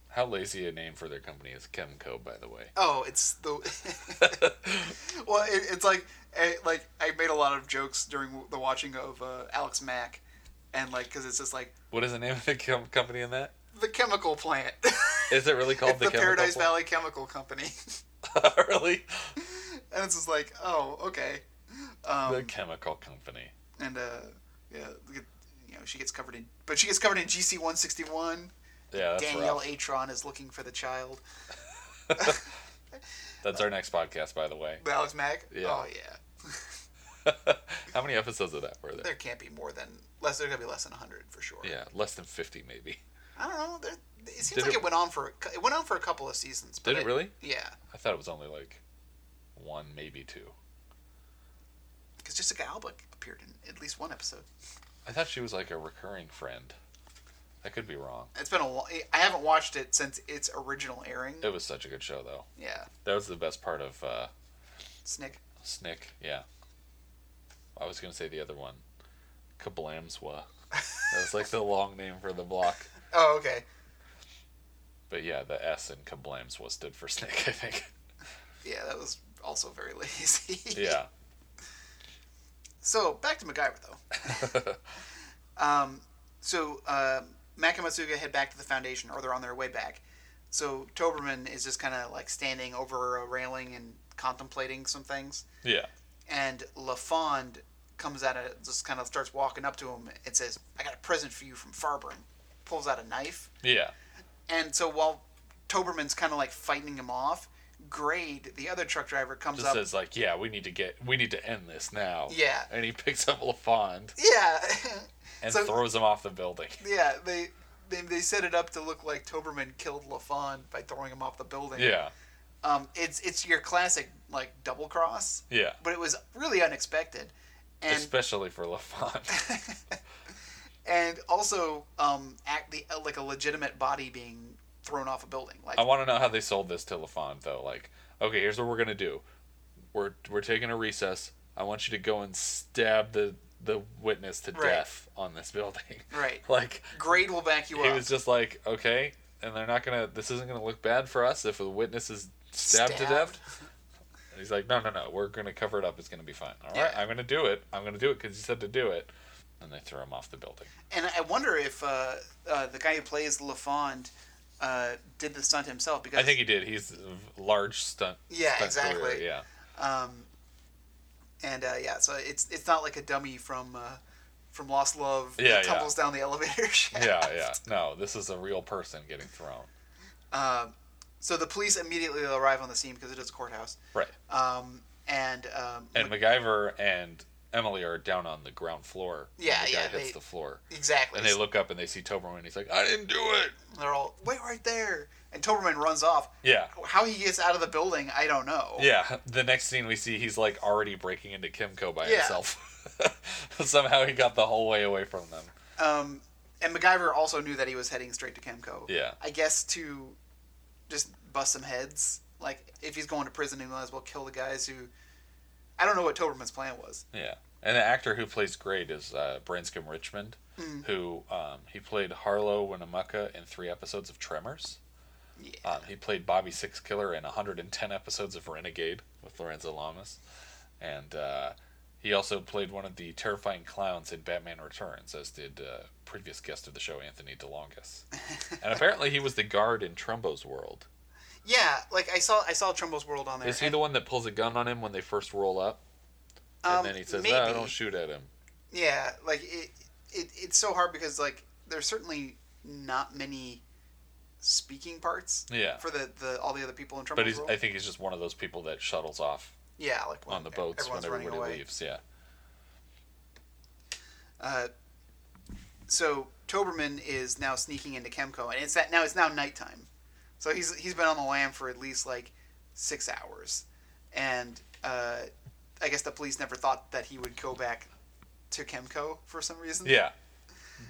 A: How lazy a name for their company is Chemco, by the way.
B: Oh, it's the. well, it, it's like eh, like I made a lot of jokes during the watching of uh, Alex Mack, and like because it's just like
A: What is the name of the chem- company in that?
B: the chemical plant.
A: Is it really called
B: it's the,
A: Chemical
B: Paradise
A: Plant?
B: Valley Chemical Company,
A: really?
B: and it's just like oh okay, um,
A: the chemical company.
B: and uh, yeah, look at- you know she gets covered in but she gets covered in GC one sixty one.
A: Yeah, that's
B: Danielle
A: rough.
B: Atron is looking for the child.
A: That's our next podcast, by the way.
B: The Alex Mack.
A: Yeah.
B: Oh yeah,
A: How many episodes of that were there?
B: there can't be more than less. There's gonna be less than hundred for sure.
A: Yeah, less than fifty, maybe.
B: I don't know. There, it seems
A: Did
B: like
A: it-
B: it, went on for a cou- it went on for a couple of seasons. But
A: Did it really?
B: Yeah,
A: I thought it was only like one, maybe two.
B: because Jessica Alba appeared in at least one episode.
A: I thought she was like a recurring friend. I could be wrong.
B: It's been a while. I haven't watched it since its original airing.
A: It was such a good show, though.
B: Yeah,
A: That was the best part of uh,
B: Snick.
A: Snick. Yeah. I was gonna say the other one, Kablamswa. that was like the long name for the block.
B: Oh, okay.
A: But yeah, the S in Kablamswa stood for Snick. I think.
B: Yeah, that was also very lazy.
A: Yeah.
B: So back to MacGyver though. um, so uh, Mac and Matsuga head back to the Foundation, or they're on their way back. So Toberman is just kind of like standing over a railing and contemplating some things.
A: yeah.
B: And LaFond comes out of just kind of starts walking up to him and says, "I got a present for you from Farburn." Pulls out a knife.
A: Yeah.
B: And so while Toberman's kind of like fighting him off, Grade, the other truck driver, comes
A: Just
B: up.
A: says like, yeah, we need to get, we need to end this now.
B: Yeah.
A: And he picks up LaFond
B: yeah.
A: and
B: So-
A: throws him off the building.
B: yeah, they, they they set it up to look like Toberman killed LaFond by throwing him off the building.
A: Yeah.
B: Um, it's it's your classic like double cross,
A: Yeah.
B: but it was really unexpected. And
A: Especially for LaFond.
B: and also um act the like a legitimate body being thrown off a building. Like
A: I want to know how they sold this to LaFond though. Like, okay, here's what we're gonna do. We're we're taking a recess. I want you to go and stab the the witness to
B: Right.
A: death on this building.
B: right.
A: Like
B: Grade will back you
A: he
B: up.
A: was just like, okay, and they're not gonna. This isn't gonna look bad for us if the witness is stabbed, to
B: Stabbed.
A: death. And he's like, no, no, no. We're gonna cover it up. It's gonna be fine. All
B: Yeah.
A: right, I'm gonna do it. I'm gonna do it because you said to do it. And they throw him off the building.
B: And I wonder if uh, uh, the guy who plays LaFond uh, did the stunt himself because
A: I think he did. He's a large stunt.
B: Yeah,
A: stunt career,
B: exactly.
A: Yeah.
B: Um, and uh, yeah, so it's it's not like a dummy from uh, from Lost Love
A: Yeah, yeah.
B: that tumbles down the elevator shaft.
A: Yeah, yeah. No, this is a real person getting thrown.
B: Um, so the police immediately arrive on the scene because it is a courthouse.
A: Right.
B: Um, and um,
A: And MacGyver and Emily are down on the ground floor. when
B: Yeah,
A: the guy
B: yeah,
A: hits
B: they-
A: the floor.
B: exactly,
A: And they look up and they see Toberman and he's like, I didn't do it.
B: they're all wait right there, and Toberman runs off.
A: Yeah.
B: How he gets out of the building, I don't know.
A: Yeah. The next scene we see, he's like already breaking into Kimco by
B: Yeah.
A: himself. Somehow he got the whole way away from them.
B: Um, and MacGyver also knew that he was heading straight to Chemco.
A: Yeah.
B: I guess to just bust some heads. Like if he's going to prison, he might as well kill the guys who. I don't know what Toberman's plan was.
A: Yeah. And the actor who plays Grade is uh, Branscombe Richmond,
B: Mm.
A: who um, he played Harlow Winnemucca in three episodes of Tremors.
B: Yeah.
A: Um, he played Bobby Six Killer in 110 episodes of Renegade with Lorenzo Lamas, and uh, he also played one of the terrifying clowns in Batman Returns, as did uh, previous guest of the show Anthony DeLongis. and apparently, he was the guard in Trumbo's World.
B: Yeah, like I saw I saw Trumbull's World on there.
A: Is he the one that pulls a gun on him when they first roll up, and
B: Um,
A: then he says,
B: maybe.
A: "No, don't shoot at him."
B: Yeah, like it, it it's so hard because like there's certainly not many speaking parts
A: Yeah,
B: for the, the all the other people in Trumbull's
A: but he's,
B: World.
A: I think he's just one of those people that shuttles off
B: yeah, like when
A: on the boats when
B: everyone's running
A: everybody
B: away.
A: leaves. Yeah,
B: Uh, so Toberman is now sneaking into Chemco, and it's that now it's now nighttime. So he's he's been on the lam for at least like six hours, and uh, I guess the police never thought that he would go back to Chemco for some reason.
A: yeah.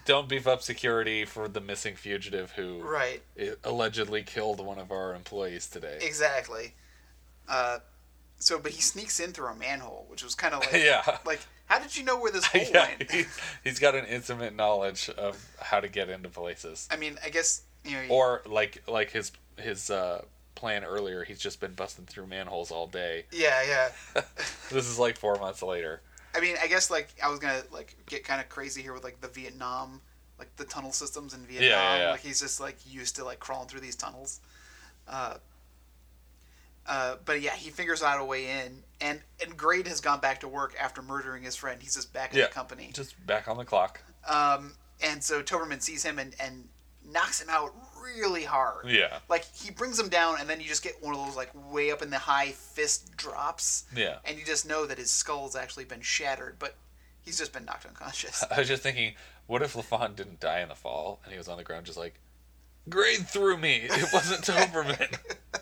A: Don't beef up security for the missing fugitive who
B: Right.
A: it allegedly killed one of our employees today.
B: Exactly. Uh, so, but he sneaks in through a manhole, which was kind of like,
A: yeah.
B: like, how did you know where this hole
A: yeah,
B: went?
A: he, he's got an intimate knowledge of how to get into places.
B: I mean, I guess you know.
A: Or like like his his uh, plan earlier, he's just been busting through manholes all day.
B: yeah, yeah.
A: This is like four months later.
B: I mean, I guess like I was gonna like get kind of crazy here with like the Vietnam, like the tunnel systems in Vietnam.
A: yeah.
B: Like he's just like used to like crawling through these tunnels. Uh, uh, but yeah, he figures out a way in, and and Grade has gone back to work after murdering his friend. He's just back at
A: Yeah,
B: the company.
A: just back on the clock.
B: Um, and so Toberman sees him and and knocks him out really hard.
A: Yeah,
B: Like he brings him down, and then you just get one of those like way up in the high fist drops
A: yeah.
B: and you just know that his skull's actually been shattered, but he's just been knocked unconscious.
A: I was just thinking, what if Lafon didn't die in the fall and he was on the ground just like, grade through me. It wasn't Toberman.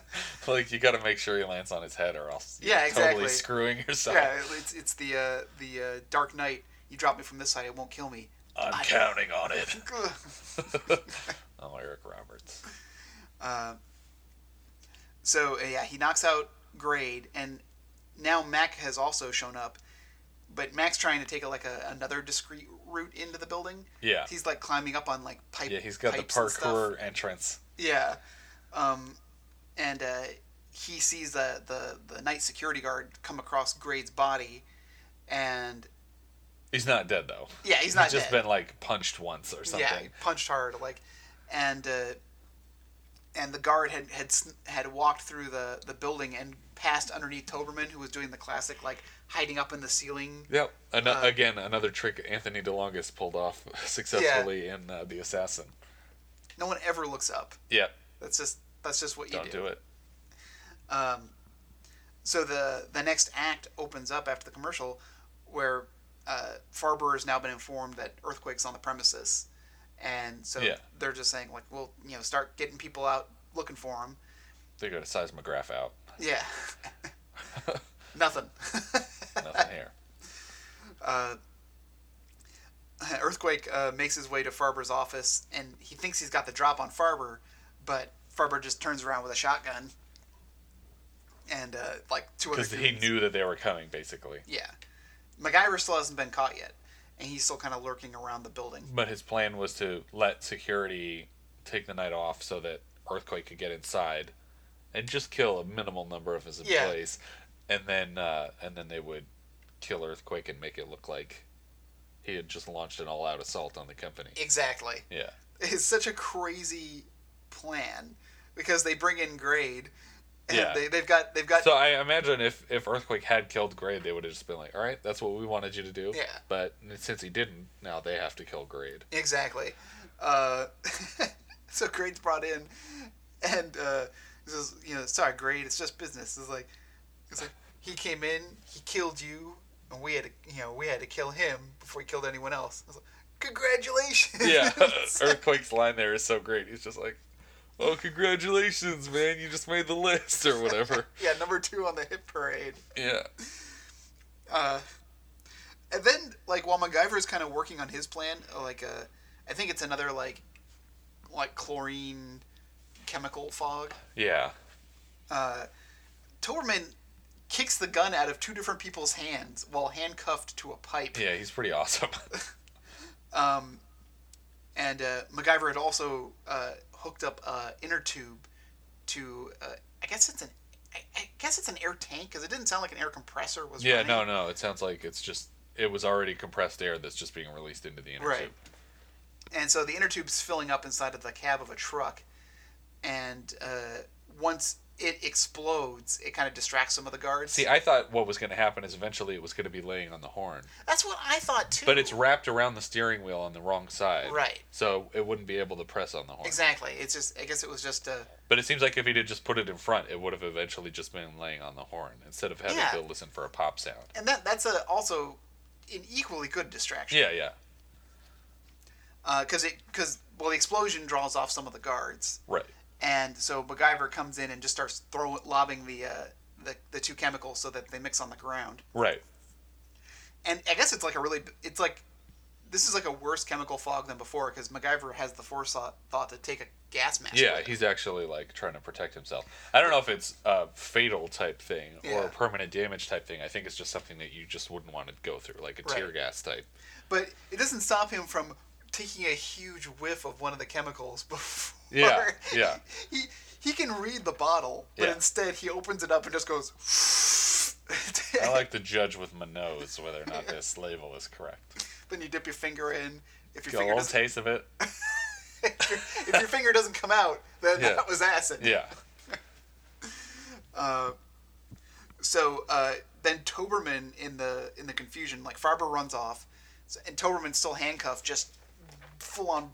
A: like you got to make sure he lands on his head, or else you're
B: Yeah, exactly.
A: totally screwing yourself.
B: yeah, it's it's the uh, the uh, Dark Knight. You drop me from this side, it won't kill me.
A: I'm
B: I-
A: counting on it.
B: Ugh.
A: oh, Eric Roberts.
B: Uh, so uh, yeah, he knocks out Grade, and now Mac has also shown up, but Mac's trying to take a, like a, another discreet route into the building.
A: Yeah.
B: He's like climbing up on like pipe.
A: Yeah, he's got the
B: pipes and stuff.
A: parkour entrance.
B: Yeah. Um, and uh, he sees the, the, the night security guard come across Grade's body, and
A: He's not dead though.
B: yeah, he's not
A: He's just
B: dead.
A: been like punched once or something.
B: Yeah, punched hard, like, and uh, and the guard had had sn- had walked through the the building and passed underneath Toberman, who was doing the classic like hiding up in the ceiling.
A: Yep. An-
B: Uh,
A: again, another trick Anthony DeLongis pulled off successfully in uh, The Assassin.
B: No one ever looks up.
A: Yep.
B: That's just that's just what you
A: Don't do it.
B: Um, so the the next act opens up after the commercial, where uh, Farber has now been informed that earthquakes on the premises, and so
A: Yeah.
B: they're just saying like, well, you know, start getting people out looking for him.
A: They got a seismograph out.
B: Yeah. Nothing.
A: Nothing here.
B: Earthquake uh, makes his way to Farber's office, and he thinks he's got the drop on Farber, but Farber just turns around with a shotgun, and uh, like two other.
A: Because he
B: goons-
A: knew that they were coming, basically.
B: Yeah. MacGyver still hasn't been caught yet, and he's still kind of lurking around the building.
A: But his plan was to let security take the night off so that Earthquake could get inside and just kill a minimal number of his
B: Yeah.
A: employees. And then uh, and then they would kill Earthquake and make it look like he had just launched an all out assault on the company.
B: Exactly.
A: Yeah.
B: It's such a crazy plan because they bring in Grade, and
A: Yeah.
B: they, they've got they've got
A: So I imagine if, if Earthquake had killed Grade, they would have just been like, all right, that's what we wanted you to do.
B: Yeah.
A: But since he didn't, now they have to kill Grade.
B: Exactly. Uh, so Grade's brought in, and uh, he says, "You know, sorry, Grade, it's just business." It's like, it's like he came in, he killed you, and we had to, you know, we had to kill him before he killed anyone else. I was like, Congratulations!
A: Yeah. Earthquake's line there is so great. He's just like, oh, congratulations, man. You just made the list or whatever.
B: yeah, number two on the hit parade.
A: Yeah.
B: Uh, and then, like, while MacGyver is kind of working on his plan, like, uh, I think it's another like, like chlorine chemical fog.
A: Yeah.
B: uh, Toberman kicks the gun out of two different people's hands while handcuffed to a pipe.
A: Yeah, he's pretty awesome.
B: Um, and uh, MacGyver had also uh, hooked up uh, inner tube to, uh, I guess it's an, I, I guess it's an air tank because it didn't sound like an air compressor was.
A: yeah,
B: running.
A: no, no. It sounds like it's just, it was already compressed air that's just being released into the inner
B: Right.
A: tube.
B: and so the inner tube's filling up inside of the cab of a truck and uh, once it explodes it kind of distracts some of the guards
A: See, I thought what was going to happen is eventually it was going to be laying on the horn.
B: that's what i thought too
A: But it's wrapped around the steering wheel on the wrong side.
B: Right.
A: So it wouldn't be able to press on the horn.
B: exactly it's just i guess it was just uh, a
A: But it seems like if he'd have just put it in front, it would have eventually just been laying on the horn instead of having
B: Yeah.
A: to listen for a pop sound.
B: and that that's a, also an equally good distraction.
A: Yeah, yeah.
B: Because it because well, the explosion draws off some of the guards,
A: Right.
B: and so MacGyver comes in and just starts throwing lobbing the uh, the the two chemicals so that they mix on the ground.
A: Right.
B: And I guess it's like a really it's like this is like a worse chemical fog than before because MacGyver has the foresight thought to take a gas mask.
A: Yeah,
B: with him.
A: he's actually like trying to protect himself. I don't know if it's a fatal type thing or
B: Yeah.
A: a permanent damage type thing. I think it's just something that you just wouldn't want to go through, like a
B: Right.
A: tear gas type.
B: but it doesn't stop him from taking a huge whiff of one of the chemicals before.
A: Yeah, yeah.
B: He he can read the bottle, but
A: Yeah.
B: instead he opens it up and just goes.
A: I like to judge with my nose whether or not this label is correct.
B: then you dip your finger in. If your
A: Got a
B: finger
A: little
B: doesn't,
A: taste of it.
B: if, your, if your finger doesn't come out, then
A: Yeah.
B: that was acid.
A: Yeah.
B: So uh, then Toberman in the in the confusion, like Farber runs off, so- and Toberman's still handcuffed, just full on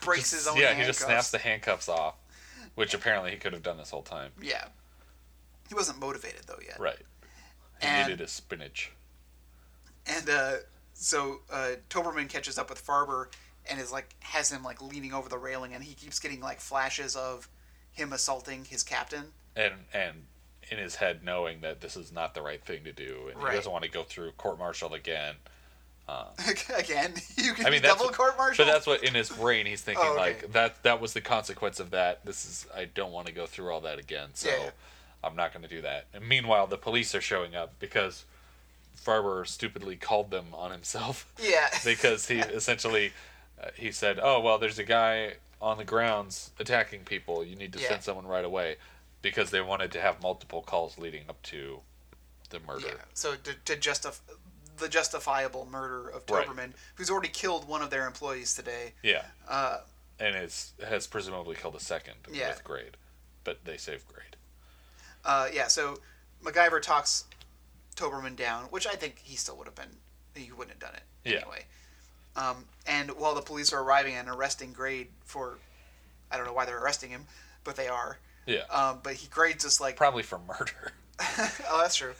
B: breaks his own.
A: Yeah, he
B: handcuffs.
A: just snaps the handcuffs off, which apparently he could have done this whole time.
B: Yeah, he wasn't motivated though yet.
A: Right. He
B: And-
A: needed his spinach.
B: And uh, so uh, Toberman catches up with Farber and is like has him like leaning over the railing, and he keeps getting like flashes of him assaulting his captain.
A: and and in his head knowing that this is not the right thing to do and
B: Right.
A: he doesn't want to go through court martial again
B: Again, you can
A: i mean that's
B: double court martial.
A: but that's what in his brain he's thinking
B: Oh, okay.
A: like that that was the consequence of that this is i don't want to go through all that again so
B: Yeah.
A: i'm not going to do that and meanwhile the police are showing up because farber stupidly called them on himself
B: yeah,
A: because he essentially uh, he said, "Oh well, there's a guy on the grounds attacking people. You need to
B: Yeah.
A: send someone right away." because they wanted to have multiple calls leading up to the murder.
B: Yeah. So to, to justify the justifiable murder of
A: Right.
B: Doberman, who's already killed one of their employees today.
A: Yeah,
B: Uh,
A: and is has presumably killed a second
B: Yeah.
A: with Grade, but they save Grade.
B: uh, yeah. So MacGyver talks Toberman down, which I think he still would have been. He wouldn't have done it
A: Yeah.
B: anyway. Um, and while the police are arriving and arresting Grade for, I don't know why they're arresting him, but they are.
A: Yeah,
B: Um, but he grades us like,
A: probably for murder.
B: oh, that's true.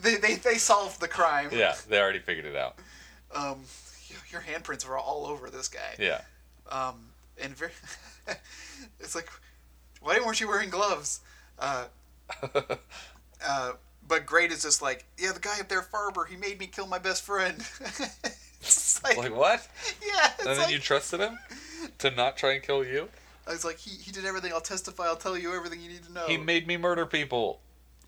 B: they, they, they solved the crime.
A: Yeah, they already figured it out.
B: Um, your handprints were all over this guy.
A: Yeah,
B: Um, and very, it's like, why weren't you wearing gloves? Uh, uh, but Great is just like, yeah, the guy up there, Farber, he made me kill my best friend. it's like,
A: like what?
B: yeah, it's
A: And then
B: like,
A: you trusted him to not try and kill you?
B: I was like, he, he did everything. I'll testify. I'll tell you everything you need to know.
A: He made me murder people.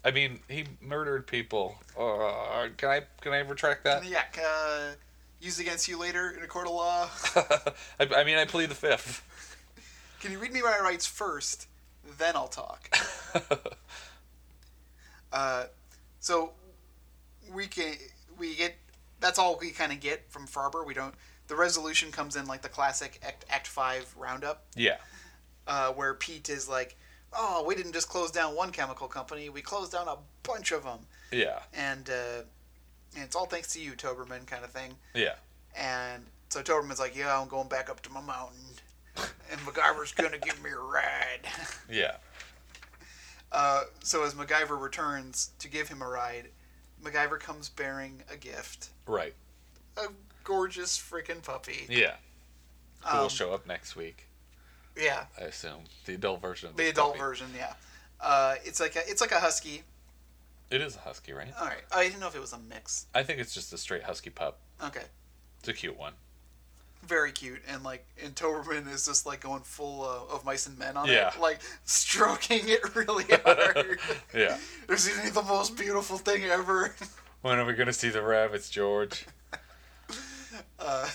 A: I mean, he murdered people. Uh, can I can I retract that?
B: yeah, uh, used against you later in a court of law.
A: I, I mean, I plead the fifth.
B: Can you read me my rights first? Then I'll talk. uh, so we can we get that's all we kind of get from Farber. We don't. The resolution comes in like the classic Act, Act Five roundup,
A: Yeah,
B: uh, where Pete is like, "Oh, we didn't just close down one chemical company. We closed down a bunch of them,
A: yeah,
B: and, uh, and it's all thanks to you, Toberman," kind of thing.
A: yeah.
B: And so Toberman's like, "Yeah, I'm going back up to my mountain, and MacGyver's gonna give me a ride."
A: Yeah.
B: Uh, so as MacGyver returns to give him a ride, MacGyver comes bearing a gift.
A: Right.
B: A gorgeous freaking puppy.
A: Yeah. Who will
B: Um,
A: show up next week?
B: Yeah,
A: I assume the adult version. Of
B: the
A: this
B: adult
A: puppy.
B: version, yeah. Uh, it's like a, it's like a husky.
A: It is a husky, right?
B: All right. I didn't know if it was a mix.
A: I think it's just a straight husky pup.
B: Okay.
A: It's a cute one.
B: Very cute and like and Toberman is just like going full uh, of mice and men on
A: Yeah.
B: it, like stroking it really hard.
A: Yeah.
B: Is he the most beautiful thing ever?
A: When are we gonna see the rabbits, George?
B: Uh,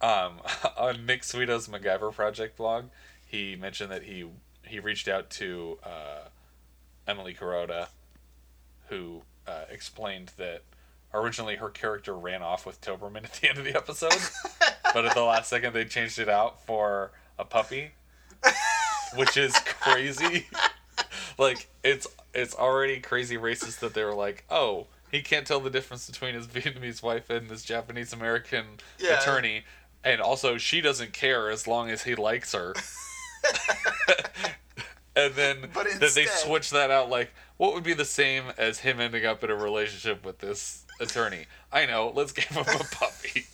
A: um, on Nick Sweeto's MacGyver Project blog, he mentioned that he he reached out to uh, Emily Kuroda, who uh, explained that originally her character ran off with Toberman at the end of the episode, but at the last second they changed it out for a puppy, which is crazy. like it's it's already crazy racist that they were like, oh. He can't tell the difference between his Vietnamese wife and this Japanese American
B: Yeah.
A: attorney, and also she doesn't care as long as he likes her. and then
B: But
A: that they
B: instead-
A: switch that out like what would be the same as him ending up in a relationship with this attorney i know let's give him a puppy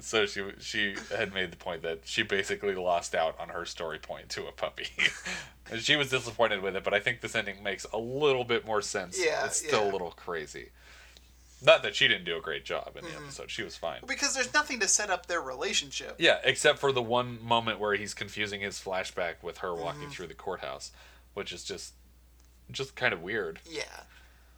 A: so she she had made the point that she basically lost out on her story point to a puppy And she was disappointed with it but i think this ending makes a little bit more sense
B: Yeah,
A: it's still
B: yeah.
A: a little crazy not that she didn't do a great job in the
B: Mm-hmm.
A: episode she was fine
B: because there's nothing to set up their relationship.
A: yeah, except for the one moment where he's confusing his flashback with her walking
B: Mm-hmm.
A: through the courthouse, which is just just kind of weird.
B: Yeah.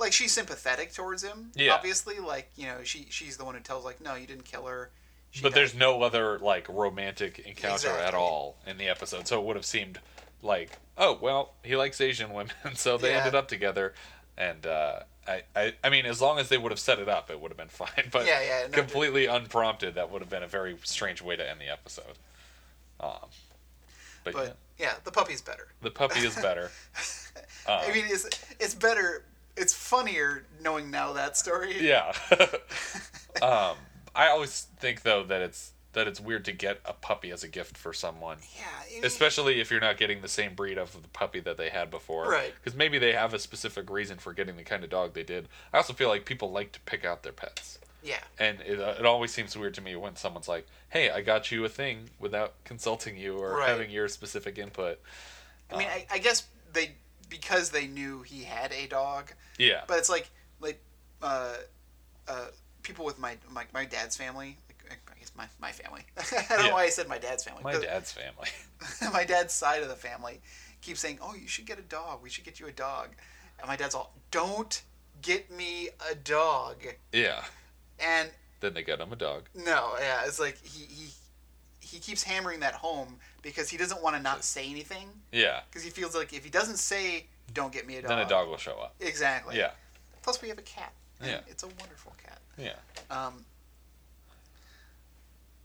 B: Like she's sympathetic towards him.
A: Yeah.
B: Obviously, like, you know, she she's the one who tells like, no, you didn't kill her. She
A: but
B: died.
A: there's no other like romantic encounter at
B: Exactly.
A: all in the episode, so it would have seemed like, oh well, he likes Asian women, so they
B: Yeah.
A: ended up together. And uh, I, I, I mean, as long as they would have set it up, it would have been fine. But
B: Yeah, yeah, no,
A: completely unprompted, that would have been a very strange way to end the episode. Um, but, yeah,
B: but yeah, the puppy's better.
A: the puppy is better. Uh,
B: I mean, it's it's better. It's funnier knowing now that story.
A: Yeah. um, I always think though that it's that it's weird to get a puppy as a gift for someone,
B: Yeah. I mean,
A: especially if you're not getting the same breed of the puppy that they had before.
B: Right.
A: Because maybe they have a specific reason for getting the kind of dog they did. I also feel like people like to pick out their pets,
B: yeah.
A: and it, uh, it always seems weird to me when someone's like, "Hey, I got you a thing without consulting you or
B: Right.
A: having your specific input."
B: I
A: uh-huh.
B: mean, I, I guess they because they knew he had a dog,
A: Yeah.
B: but it's like like uh, uh, people with my my, my dad's family. Like, I guess my, my family. I don't
A: Yeah.
B: know why I said my dad's family.
A: my
B: but-
A: dad's family.
B: my dad's side of the family keeps saying, "Oh, you should get a dog. We should get you a dog." And my dad's all, "Don't get me a dog."
A: yeah.
B: And
A: Then they got him a dog.
B: no, yeah, it's like he he he keeps hammering that home because he doesn't want to not say anything
A: Yeah.
B: because he feels like if he doesn't say "Don't get me a dog,"
A: Then a dog will show up.
B: exactly.
A: Yeah.
B: Plus, we have a cat. and
A: Yeah.
B: It's a wonderful cat.
A: Yeah.
B: Um,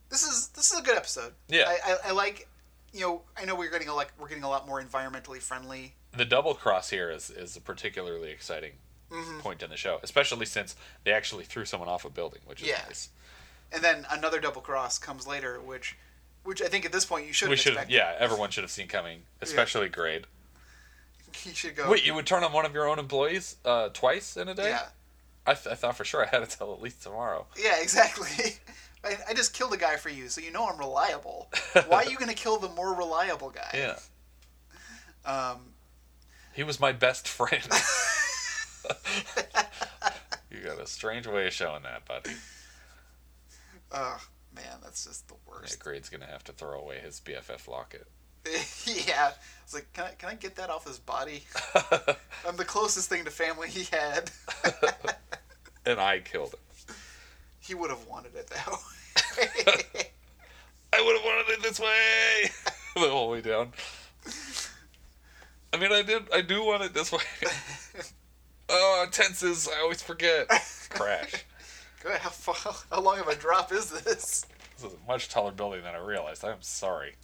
B: this is this is a good episode.
A: Yeah.
B: I, I, I like. You know, I know we're getting a lot, we're getting a lot more environmentally friendly.
A: The double cross here is is a particularly exciting
B: Mm-hmm.
A: point in the show, especially since they actually threw someone off a building, which is
B: Yeah.
A: nice.
B: And then another double cross comes later, which, which I think at this point you should.
A: We should have, yeah, everyone should have seen coming, especially Grade.
B: He should go.
A: Wait, you would turn on one of your own employees uh, twice in a day?
B: Oh, Yeah.
A: I, th- I thought for sure I had it till at least tomorrow.
B: Yeah, exactly. I, I just killed a guy for you, so you know I'm reliable. Why are you gonna kill the more reliable guy?
A: Yeah.
B: Um,
A: He was my best friend. you got a strange way of showing that, buddy.
B: oh man, that's just the
A: Yeah,
B: worst.
A: Grade's gonna have to throw away his BFF locket.
B: yeah. It's like, can I can I get that off his body? I'm the closest thing to family he had.
A: And I killed him.
B: He would have wanted it though.
A: I would have wanted it this way the whole way down. I mean, I did. I do want it this way. oh, tenses! I always forget. Crash.
B: Good. How far, how long of a drop is this?
A: This is a much taller building than I realized. I'm sorry.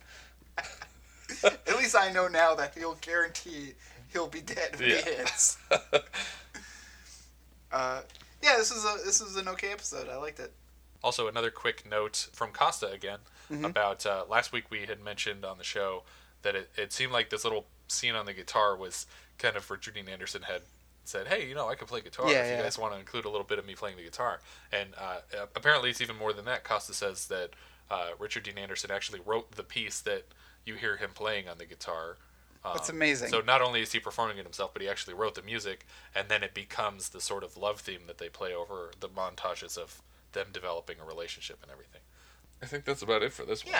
B: At least I know now that he'll guarantee he'll be dead when
A: Yeah.
B: he hits. uh, yeah, this is a this is an okay episode. I liked it.
A: Also, another quick note from Costa again
B: Mm-hmm.
A: about uh, last week we had mentioned on the show that it, it seemed like this little scene on the guitar was kind of where Judy Anderson had said, "Hey, you know, I could play guitar
B: Yeah,
A: if
B: yeah.
A: you guys want to include a little bit of me playing the guitar." And uh, a- apparently, it's even more than that. Costa says that uh, Richard Dean Anderson actually wrote the piece that you hear him playing on the guitar.
B: That's
A: Um,
B: amazing.
A: So not only is he performing it himself, but he actually wrote the music, and then it becomes the sort of love theme that they play over the montages of them developing a relationship and everything. I think that's about it for this one.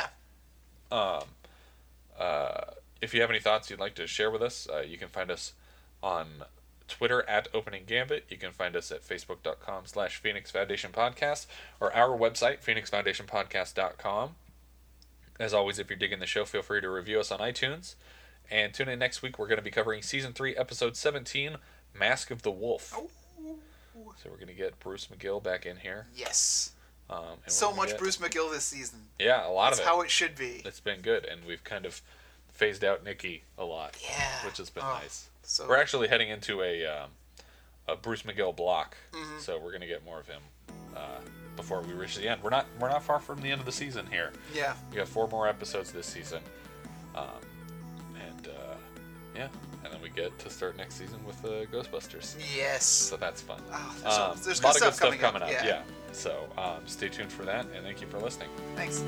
B: yeah,
A: If you have any thoughts you'd like to share with us, uh, you can find us on Twitter at Opening Gambit. You can find us at facebook.com slash Phoenix Foundation Podcast or our website, phoenixfoundationpodcast.com. As always, if you're digging the show, feel free to review us on iTunes. And tune in next week. We're going to be covering Season 3, Episode 17, Mask of the Wolf.
B: Oh.
A: So we're going to get Bruce McGill back in here.
B: yes.
A: Um, and we're
B: So
A: gonna
B: much
A: get-
B: Bruce McGill this season.
A: Yeah, a lot
B: That's
A: of it.
B: how it should be.
A: It's been good, and we've kind of phased out Nikki a lot,
B: Yeah.
A: which has been
B: Oh,
A: nice.
B: So
A: We're actually heading into a um, a Bruce McGill block,
B: Mm-hmm.
A: so we're gonna get more of him uh, before we reach the end. We're not we're not far from the end of the season here.
B: yeah,
A: We have four more episodes this season, um, and uh, yeah, and then we get to start next season with uh, Ghostbusters.
B: yes.
A: So that's fun. Um,
B: Oh, there's some- there's
A: a lot
B: good
A: of good
B: stuff
A: stuff
B: coming up,
A: coming up.
B: yeah.
A: yeah. So um, stay tuned for that, and thank you for listening.
B: Thanks.